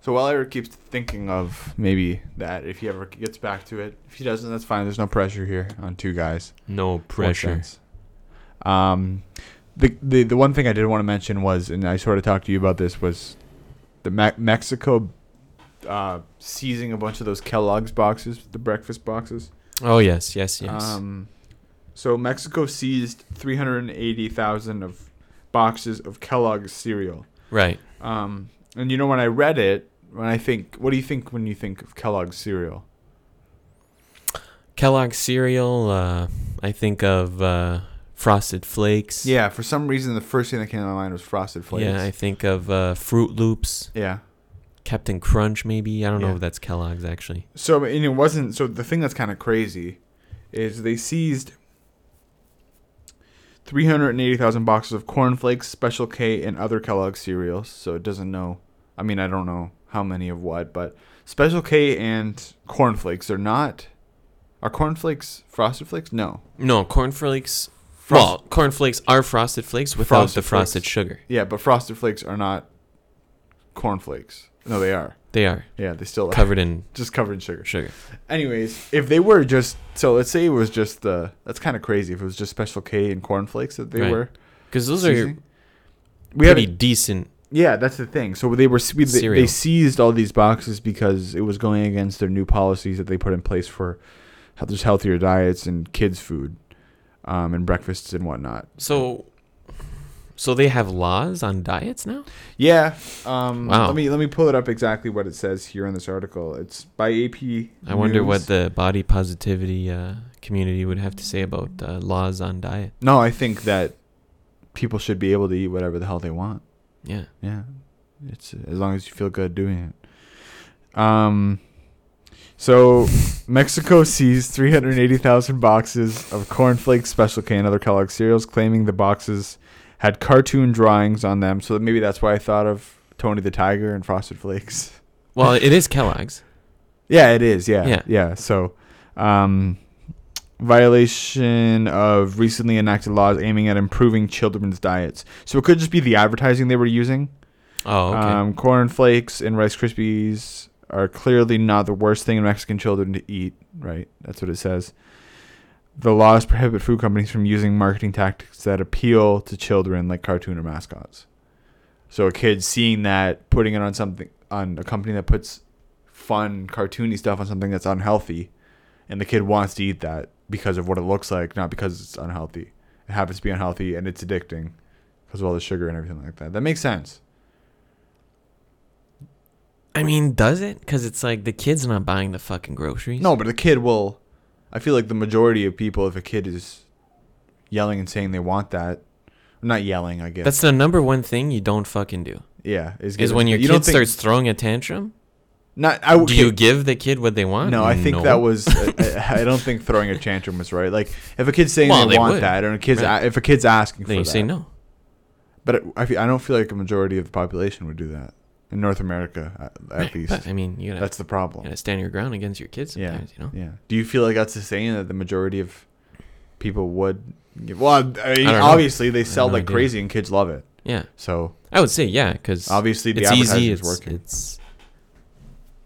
Speaker 2: So while Eric keeps thinking of maybe that, if he ever gets back to it, if he doesn't, that's fine. There's no pressure here on two guys.
Speaker 1: No
Speaker 2: Four
Speaker 1: pressure.
Speaker 2: cents. Um, the, the the one thing I did want to mention was, and I sort of talked to you about this, was the Me- Mexico uh, seizing a bunch of those Kellogg's boxes, the breakfast boxes.
Speaker 1: Oh yes, yes, yes.
Speaker 2: Um, so Mexico seized 380,000 of boxes of Kellogg's cereal.
Speaker 1: right.
Speaker 2: Um, and you know, when I read it, when I think, what do you think when you think of Kellogg's cereal?
Speaker 1: Kellogg's cereal. Uh, I think of uh, Frosted Flakes.
Speaker 2: Yeah, for some reason, the first thing that came to my mind was Frosted Flakes.
Speaker 1: Yeah, I think of uh, Fruit Loops.
Speaker 2: yeah.
Speaker 1: Captain Crunch, maybe. I don't know
Speaker 2: Yeah.
Speaker 1: if that's Kellogg's actually.
Speaker 2: So and it wasn't. So the thing that's kind of crazy is they seized 380,000 boxes of Corn Flakes, Special K, and other Kellogg's cereals. So it doesn't know. I mean, I don't know how many of what, but Special K and Corn Flakes are not. Are Corn Flakes Frosted Flakes? No.
Speaker 1: No, cornflakes.
Speaker 2: Frost-
Speaker 1: well, cornflakes are frosted flakes without
Speaker 2: Frosted
Speaker 1: the frosted
Speaker 2: Flakes.
Speaker 1: sugar.
Speaker 2: Yeah, but Frosted Flakes are not Corn Flakes. No, they are.
Speaker 1: They are
Speaker 2: Yeah, they still are.
Speaker 1: covered in
Speaker 2: Just covered in sugar.
Speaker 1: sugar.
Speaker 2: Anyways, if they were just so, let's say it was just the that's kind of crazy. If it was just Special K and Corn Flakes that they
Speaker 1: Right.
Speaker 2: were,
Speaker 1: Because those are
Speaker 2: seizing. we
Speaker 1: pretty
Speaker 2: had
Speaker 1: decent.
Speaker 2: yeah, that's the thing. So they were we, they, they
Speaker 1: Cereal.
Speaker 2: seized all these boxes because it was going against their new policies that they put in place for how there's healthier diets and kids food, um, and breakfasts and whatnot.
Speaker 1: So, so they have laws on diets now.
Speaker 2: Yeah. Um,
Speaker 1: Wow.
Speaker 2: Let me let me pull it up exactly what it says here in this article. It's by AP.
Speaker 1: I wonder
Speaker 2: News.
Speaker 1: what the body positivity uh, community would have to say about uh, laws on diet.
Speaker 2: No, I think that people should be able to eat whatever the hell they want.
Speaker 1: Yeah,
Speaker 2: Yeah, it's as long as you feel good doing it. Um, so Mexico seized 380,000 boxes of cornflakes, special K, and other Kellogg cereals, claiming the boxes had cartoon drawings on them. So maybe that's why I thought of Tony the Tiger and Frosted Flakes.
Speaker 1: well, it is Kellogg's.
Speaker 2: Yeah, it is. Yeah. Yeah.
Speaker 1: Yeah.
Speaker 2: So, um, violation of recently enacted laws aiming at improving children's diets. So it could just be the advertising they were using.
Speaker 1: Oh, okay.
Speaker 2: Um, Corn flakes and Rice Krispies are clearly not the worst thing in Mexican children to eat, right? That's what it says. The laws prohibit food companies from using marketing tactics that appeal to children like cartoon or mascots. So a kid seeing that, putting it on something on a company that puts fun cartoony stuff on something that's unhealthy and the kid wants to eat that because of what it looks like, not because it's unhealthy. It happens to be unhealthy and it's addicting because of all the sugar and everything like that. That makes sense.
Speaker 1: I mean, does it? Because it's like the kid's not buying the fucking groceries.
Speaker 2: No, but a kid will. I feel like the majority of people, if a kid is yelling and saying they want that, not yelling, I guess.
Speaker 1: that's the number one thing you don't fucking do.
Speaker 2: yeah.
Speaker 1: Is
Speaker 2: give
Speaker 1: when
Speaker 2: it-
Speaker 1: your
Speaker 2: you
Speaker 1: kid
Speaker 2: don't think-
Speaker 1: starts throwing a tantrum.
Speaker 2: Not. I,
Speaker 1: Do you give the kid what they want?
Speaker 2: No, I think that was. uh, I, I don't think throwing a tantrum was right. Like if a kid's saying
Speaker 1: Well,
Speaker 2: they,
Speaker 1: they
Speaker 2: want
Speaker 1: would.
Speaker 2: that, and a kid's
Speaker 1: Right.
Speaker 2: a- if a kid's asking
Speaker 1: Then
Speaker 2: for
Speaker 1: you
Speaker 2: that,
Speaker 1: say no.
Speaker 2: But it, I, fe- I don't feel like a majority of the population would do that in North America, at, at least.
Speaker 1: But, I mean, you gotta,
Speaker 2: That's the problem.
Speaker 1: you gotta stand your ground against your kids
Speaker 2: Yeah.
Speaker 1: sometimes, you know?
Speaker 2: Yeah. Do you feel like that's the saying that the majority of people would? Give, well, I mean,
Speaker 1: don't know.
Speaker 2: obviously they sell
Speaker 1: no
Speaker 2: like
Speaker 1: idea.
Speaker 2: crazy, and kids love it.
Speaker 1: Yeah.
Speaker 2: So
Speaker 1: I would say, yeah, because
Speaker 2: obviously the
Speaker 1: it's easy.
Speaker 2: advertising
Speaker 1: It's,
Speaker 2: is working.
Speaker 1: it's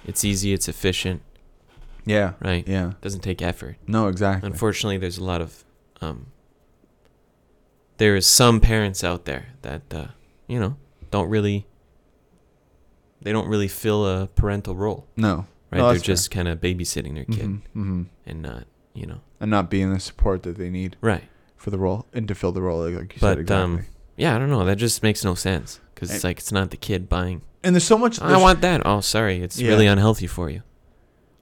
Speaker 1: it's easy. It's efficient.
Speaker 2: yeah.
Speaker 1: Right.
Speaker 2: Yeah.
Speaker 1: doesn't take effort.
Speaker 2: No, exactly.
Speaker 1: Unfortunately, there's a lot of um, there is some parents out there that uh, you know don't really they don't really fill a parental role.
Speaker 2: no.
Speaker 1: Right.
Speaker 2: No,
Speaker 1: They're
Speaker 2: that's fair.
Speaker 1: just kind of babysitting their kid
Speaker 2: Mhm, mhm.
Speaker 1: and not you know
Speaker 2: And not being the support that they need
Speaker 1: right.
Speaker 2: for the role and to fill the role, like, like you said
Speaker 1: But
Speaker 2: exactly. Eh.
Speaker 1: um, yeah, I don't know. That just makes no sense because it's like it's not the kid buying.
Speaker 2: and there's so much.
Speaker 1: I
Speaker 2: there's-
Speaker 1: want that. Oh, sorry, it's
Speaker 2: Yeah.
Speaker 1: really unhealthy for you.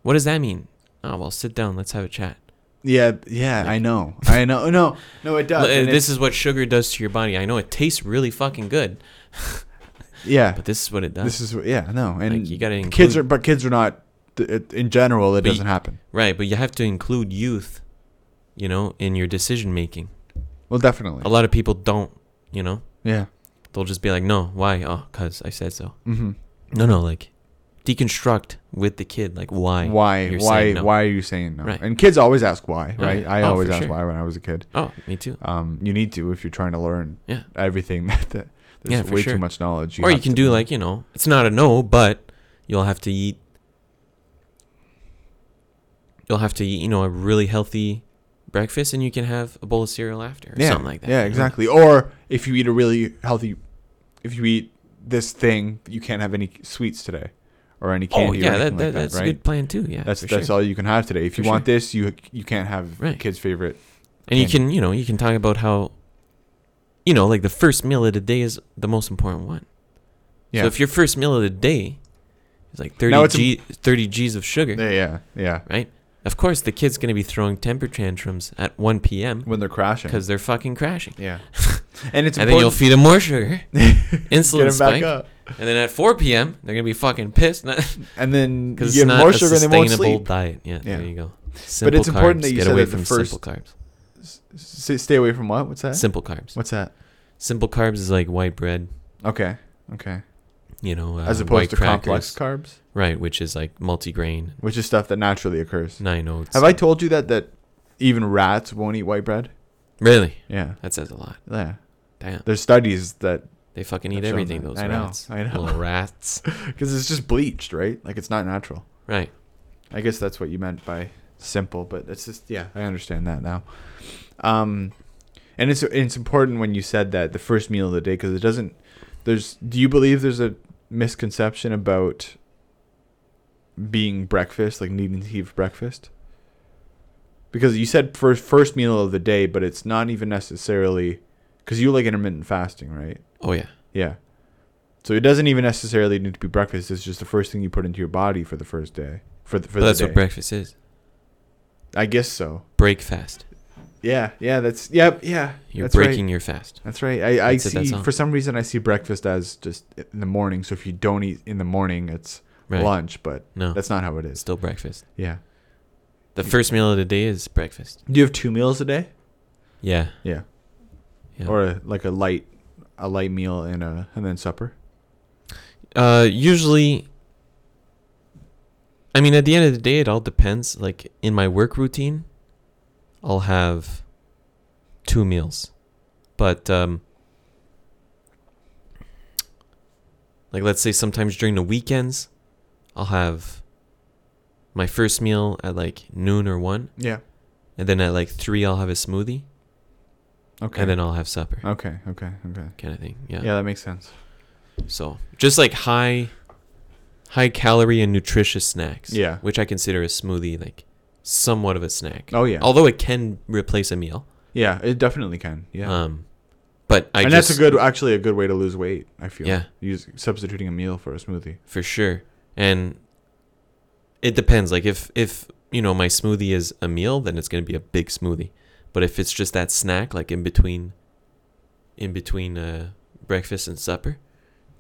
Speaker 1: What does that mean? Oh well, sit down. Let's have a chat.
Speaker 2: Yeah. Yeah. I know. I know. No. No. It does.
Speaker 1: L- uh,
Speaker 2: and
Speaker 1: this
Speaker 2: it's-
Speaker 1: is what sugar does to your body. I know it tastes really fucking good,
Speaker 2: Yeah.
Speaker 1: but this is what it does.
Speaker 2: This is what- yeah. No. And
Speaker 1: Like, you gotta
Speaker 2: kids
Speaker 1: include-
Speaker 2: are, but kids are not. th- it- In general, it
Speaker 1: But you-
Speaker 2: doesn't happen.
Speaker 1: right, but you have to include youth, you know, in your decision making.
Speaker 2: Well, definitely.
Speaker 1: A lot of people don't, you know.
Speaker 2: Yeah.
Speaker 1: They'll just be like, "No, why? Oh, cuz I said so."
Speaker 2: Mm-hmm.
Speaker 1: No, no, like deconstruct with the kid like why?
Speaker 2: why
Speaker 1: you're
Speaker 2: why
Speaker 1: saying no.
Speaker 2: why are you saying no
Speaker 1: Right.
Speaker 2: and kids always ask why right
Speaker 1: Right.
Speaker 2: i
Speaker 1: Oh,
Speaker 2: always
Speaker 1: for
Speaker 2: asked
Speaker 1: sure.
Speaker 2: why when i was a kid
Speaker 1: Oh, me too.
Speaker 2: um you need to if you're trying to learn
Speaker 1: Yeah.
Speaker 2: everything that, that
Speaker 1: Yeah,
Speaker 2: there's
Speaker 1: for
Speaker 2: way too
Speaker 1: sure.
Speaker 2: much knowledge
Speaker 1: or you
Speaker 2: have
Speaker 1: can
Speaker 2: to
Speaker 1: do
Speaker 2: know.
Speaker 1: like, you know, it's not a no, but you'll have to eat you'll have to eat, you know, a really healthy breakfast and you can have a bowl of cereal after or
Speaker 2: yeah,
Speaker 1: something like that.
Speaker 2: yeah
Speaker 1: you know?
Speaker 2: exactly or if you eat a really healthy if you eat this thing you can't have any sweets today or any
Speaker 1: Oh
Speaker 2: candy or
Speaker 1: yeah,
Speaker 2: anything
Speaker 1: that,
Speaker 2: like
Speaker 1: that,
Speaker 2: that,
Speaker 1: that's
Speaker 2: right
Speaker 1: a good plan too. Yeah,
Speaker 2: that's
Speaker 1: for
Speaker 2: that's
Speaker 1: sure.
Speaker 2: all you can have today if you
Speaker 1: For
Speaker 2: want
Speaker 1: sure.
Speaker 2: this you you can't have
Speaker 1: Right.
Speaker 2: kids favorite
Speaker 1: And you
Speaker 2: candy.
Speaker 1: can you know you can talk about how, you know, like the first meal of the day is the most important one.
Speaker 2: yeah
Speaker 1: So if your first meal of the day is like
Speaker 2: Now
Speaker 1: thirty
Speaker 2: it's a-
Speaker 1: g thirty g's of sugar,
Speaker 2: yeah yeah yeah
Speaker 1: right? Of course, the kid's gonna be throwing temper tantrums at one p.m.
Speaker 2: when they're crashing
Speaker 1: because they're fucking crashing.
Speaker 2: yeah and it's
Speaker 1: and then you'll
Speaker 2: important
Speaker 1: feed them more sugar,
Speaker 2: to get
Speaker 1: insulin
Speaker 2: them back
Speaker 1: spike,
Speaker 2: up
Speaker 1: and then at four p.m. they're gonna be fucking pissed because
Speaker 2: and then you
Speaker 1: it's
Speaker 2: give
Speaker 1: not
Speaker 2: more
Speaker 1: a
Speaker 2: sugar and they won't
Speaker 1: sustainable
Speaker 2: sleep.
Speaker 1: diet. Yeah,
Speaker 2: Yeah.
Speaker 1: there you go.
Speaker 2: it's important
Speaker 1: carbs.
Speaker 2: that you
Speaker 1: get
Speaker 2: said
Speaker 1: away
Speaker 2: that the
Speaker 1: from
Speaker 2: first-
Speaker 1: simple carbs.
Speaker 2: S- s- stay away from what? What's that?
Speaker 1: Simple carbs.
Speaker 2: What's that?
Speaker 1: Simple carbs is like white bread,
Speaker 2: Okay. Okay.
Speaker 1: you know, uh,
Speaker 2: As
Speaker 1: white
Speaker 2: opposed to complex carbs,
Speaker 1: right? Which is like multigrain,
Speaker 2: which is stuff that naturally occurs.
Speaker 1: nine oats.
Speaker 2: Have I told you that that even rats won't eat white bread?
Speaker 1: really?
Speaker 2: Yeah.
Speaker 1: That says a lot.
Speaker 2: Yeah.
Speaker 1: Damn,
Speaker 2: There's studies that
Speaker 1: they fucking eat
Speaker 2: That's what I'm
Speaker 1: everything.
Speaker 2: saying.
Speaker 1: Those
Speaker 2: I know,
Speaker 1: rats,
Speaker 2: I know.
Speaker 1: little rats.
Speaker 2: because it's just bleached, right? Like it's not natural.
Speaker 1: right.
Speaker 2: I guess that's what you meant by simple, but it's just yeah, I understand that now. Um, and it's it's important when you said that the first meal of the day because it doesn't. There's do you believe there's a misconception about being breakfast, like needing to eat for breakfast? Because you said first first meal of the day, but it's not even necessarily because you like intermittent fasting, right?
Speaker 1: Oh yeah.
Speaker 2: Yeah. So it doesn't even necessarily need to be breakfast. It's just the first thing you put into your body for the first day. For the, for
Speaker 1: But
Speaker 2: the
Speaker 1: that's
Speaker 2: day.
Speaker 1: what breakfast is.
Speaker 2: I guess so.
Speaker 1: Break fast.
Speaker 2: Yeah, yeah, that's yep, yeah.
Speaker 1: You're
Speaker 2: that's
Speaker 1: breaking
Speaker 2: Right.
Speaker 1: your fast.
Speaker 2: That's right. I, I
Speaker 1: That's it,
Speaker 2: see
Speaker 1: that's all.
Speaker 2: for some reason I see breakfast as just in the morning. So if you don't eat in the morning, it's
Speaker 1: Right.
Speaker 2: lunch. But
Speaker 1: No.
Speaker 2: that's not how it
Speaker 1: It's
Speaker 2: is.
Speaker 1: still breakfast.
Speaker 2: Yeah.
Speaker 1: The first meal of the day is breakfast.
Speaker 2: Do you have two meals a day?
Speaker 1: Yeah.
Speaker 2: Yeah.
Speaker 1: yeah.
Speaker 2: Or a, like a light, a light meal and a and then supper.
Speaker 1: Uh, usually, I mean, at the end of the day, it all depends. Like in my work routine, I'll have two meals, but um, like let's say sometimes during the weekends, I'll have my first meal at like noon or one,
Speaker 2: Yeah.
Speaker 1: and then at like three, I'll have a smoothie,
Speaker 2: Okay.
Speaker 1: and then I'll have supper,
Speaker 2: okay. Okay. Okay.
Speaker 1: kind of thing.
Speaker 2: Yeah. that makes sense.
Speaker 1: So just like high, high calorie and nutritious snacks.
Speaker 2: Yeah.
Speaker 1: Which I consider a smoothie like somewhat of a snack.
Speaker 2: Oh, yeah.
Speaker 1: Although it can replace a meal.
Speaker 2: Yeah, it definitely can. Yeah.
Speaker 1: Um, but I
Speaker 2: and
Speaker 1: just,
Speaker 2: that's a good, actually, a good way to lose weight. I feel.
Speaker 1: Yeah.
Speaker 2: Use substituting a meal for a smoothie.
Speaker 1: for sure. And it depends. Like if if you know my smoothie is a meal, then it's gonna be a big smoothie. But if it's just that snack, like in between, in between uh, breakfast and supper,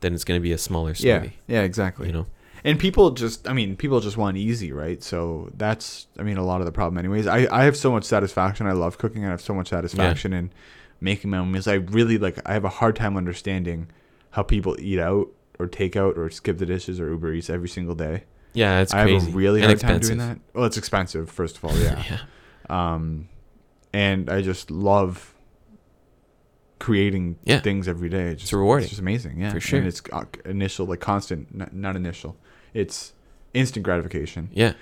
Speaker 1: then it's gonna be a smaller
Speaker 2: Yeah.
Speaker 1: smoothie.
Speaker 2: Yeah. Exactly.
Speaker 1: You know.
Speaker 2: And people just, I mean, people just want easy, right? So that's, I mean, a lot of the problem, anyways. I, I have so much satisfaction. I love cooking. I have so much satisfaction in making my own meals. I really like, I have a hard time understanding how people eat out or take out or skip the dishes or Uber Eats every single day.
Speaker 1: Yeah, it's
Speaker 2: I have
Speaker 1: crazy.
Speaker 2: a really
Speaker 1: and
Speaker 2: hard
Speaker 1: expensive.
Speaker 2: time doing that. Well, it's expensive, first of all. Yeah.
Speaker 1: yeah.
Speaker 2: um, and I just love creating
Speaker 1: Yeah.
Speaker 2: things every day. It's, just,
Speaker 1: rewarding.
Speaker 2: It's just amazing. Yeah,
Speaker 1: For sure.
Speaker 2: And it's uh, initial, like constant, n- not initial. It's instant gratification.
Speaker 1: Yeah.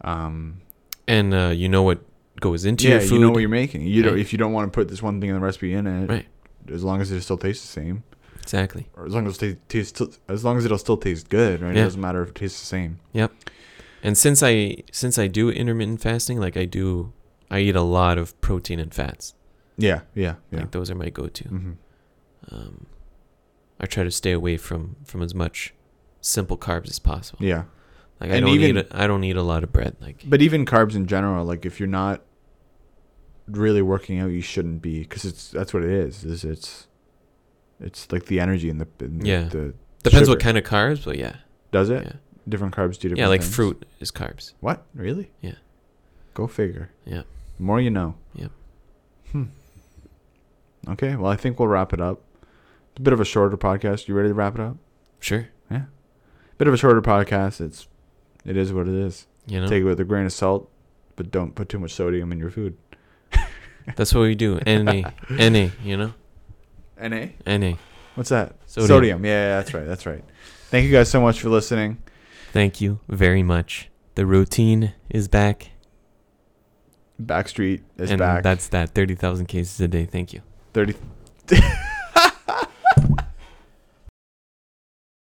Speaker 2: Um,
Speaker 1: and uh, you know what goes into
Speaker 2: yeah,
Speaker 1: your food.
Speaker 2: you know what you're making. You know,
Speaker 1: Right.
Speaker 2: if you don't want to put this one thing in the recipe in it,
Speaker 1: right,
Speaker 2: as long as it still tastes the same,
Speaker 1: exactly.
Speaker 2: or as long as it ta- tastes, still- as long as it'll still taste good, right?
Speaker 1: Yeah.
Speaker 2: It doesn't matter if it tastes the same.
Speaker 1: Yep. And since I since I do intermittent fasting, like I do, I eat a lot of protein and fats.
Speaker 2: Yeah, yeah, yeah.
Speaker 1: Like those are my go-to.
Speaker 2: hmm
Speaker 1: Um, I try to stay away from from as much simple carbs as possible.
Speaker 2: Yeah.
Speaker 1: Like I
Speaker 2: And
Speaker 1: don't
Speaker 2: even-
Speaker 1: eat a, I don't eat a lot of bread. Like
Speaker 2: But even carbs in general, like if you're not really working out, you shouldn't be because it's that's what it is. Is it's it's like the energy and the and the-
Speaker 1: Yeah.
Speaker 2: the
Speaker 1: depends
Speaker 2: sugar.
Speaker 1: what kind of carbs, but yeah,
Speaker 2: does
Speaker 1: yeah,
Speaker 2: it different carbs do different
Speaker 1: yeah. Like
Speaker 2: things.
Speaker 1: fruit is carbs.
Speaker 2: What really?
Speaker 1: Yeah.
Speaker 2: Go figure.
Speaker 1: Yeah.
Speaker 2: The more you know.
Speaker 1: Yep.
Speaker 2: Hmm. Okay. Well, I think we'll wrap it up. It's a bit of a shorter podcast. You ready to wrap it up?
Speaker 1: Sure,
Speaker 2: Yeah. Bit of a shorter podcast. It's it is what it is.
Speaker 1: you know
Speaker 2: Take it with a grain of salt, but don't put too much sodium in your food.
Speaker 1: that's what we do. Na na, you know
Speaker 2: Na.
Speaker 1: na.
Speaker 2: What's that?
Speaker 1: Sodium.
Speaker 2: Sodium. Yeah, yeah, that's right. That's right. Thank you guys so much for listening.
Speaker 1: Thank you very much. The routine is back.
Speaker 2: Backstreet is
Speaker 1: and
Speaker 2: back.
Speaker 1: that's that 30,000 cases a day. Thank you.
Speaker 2: thirty.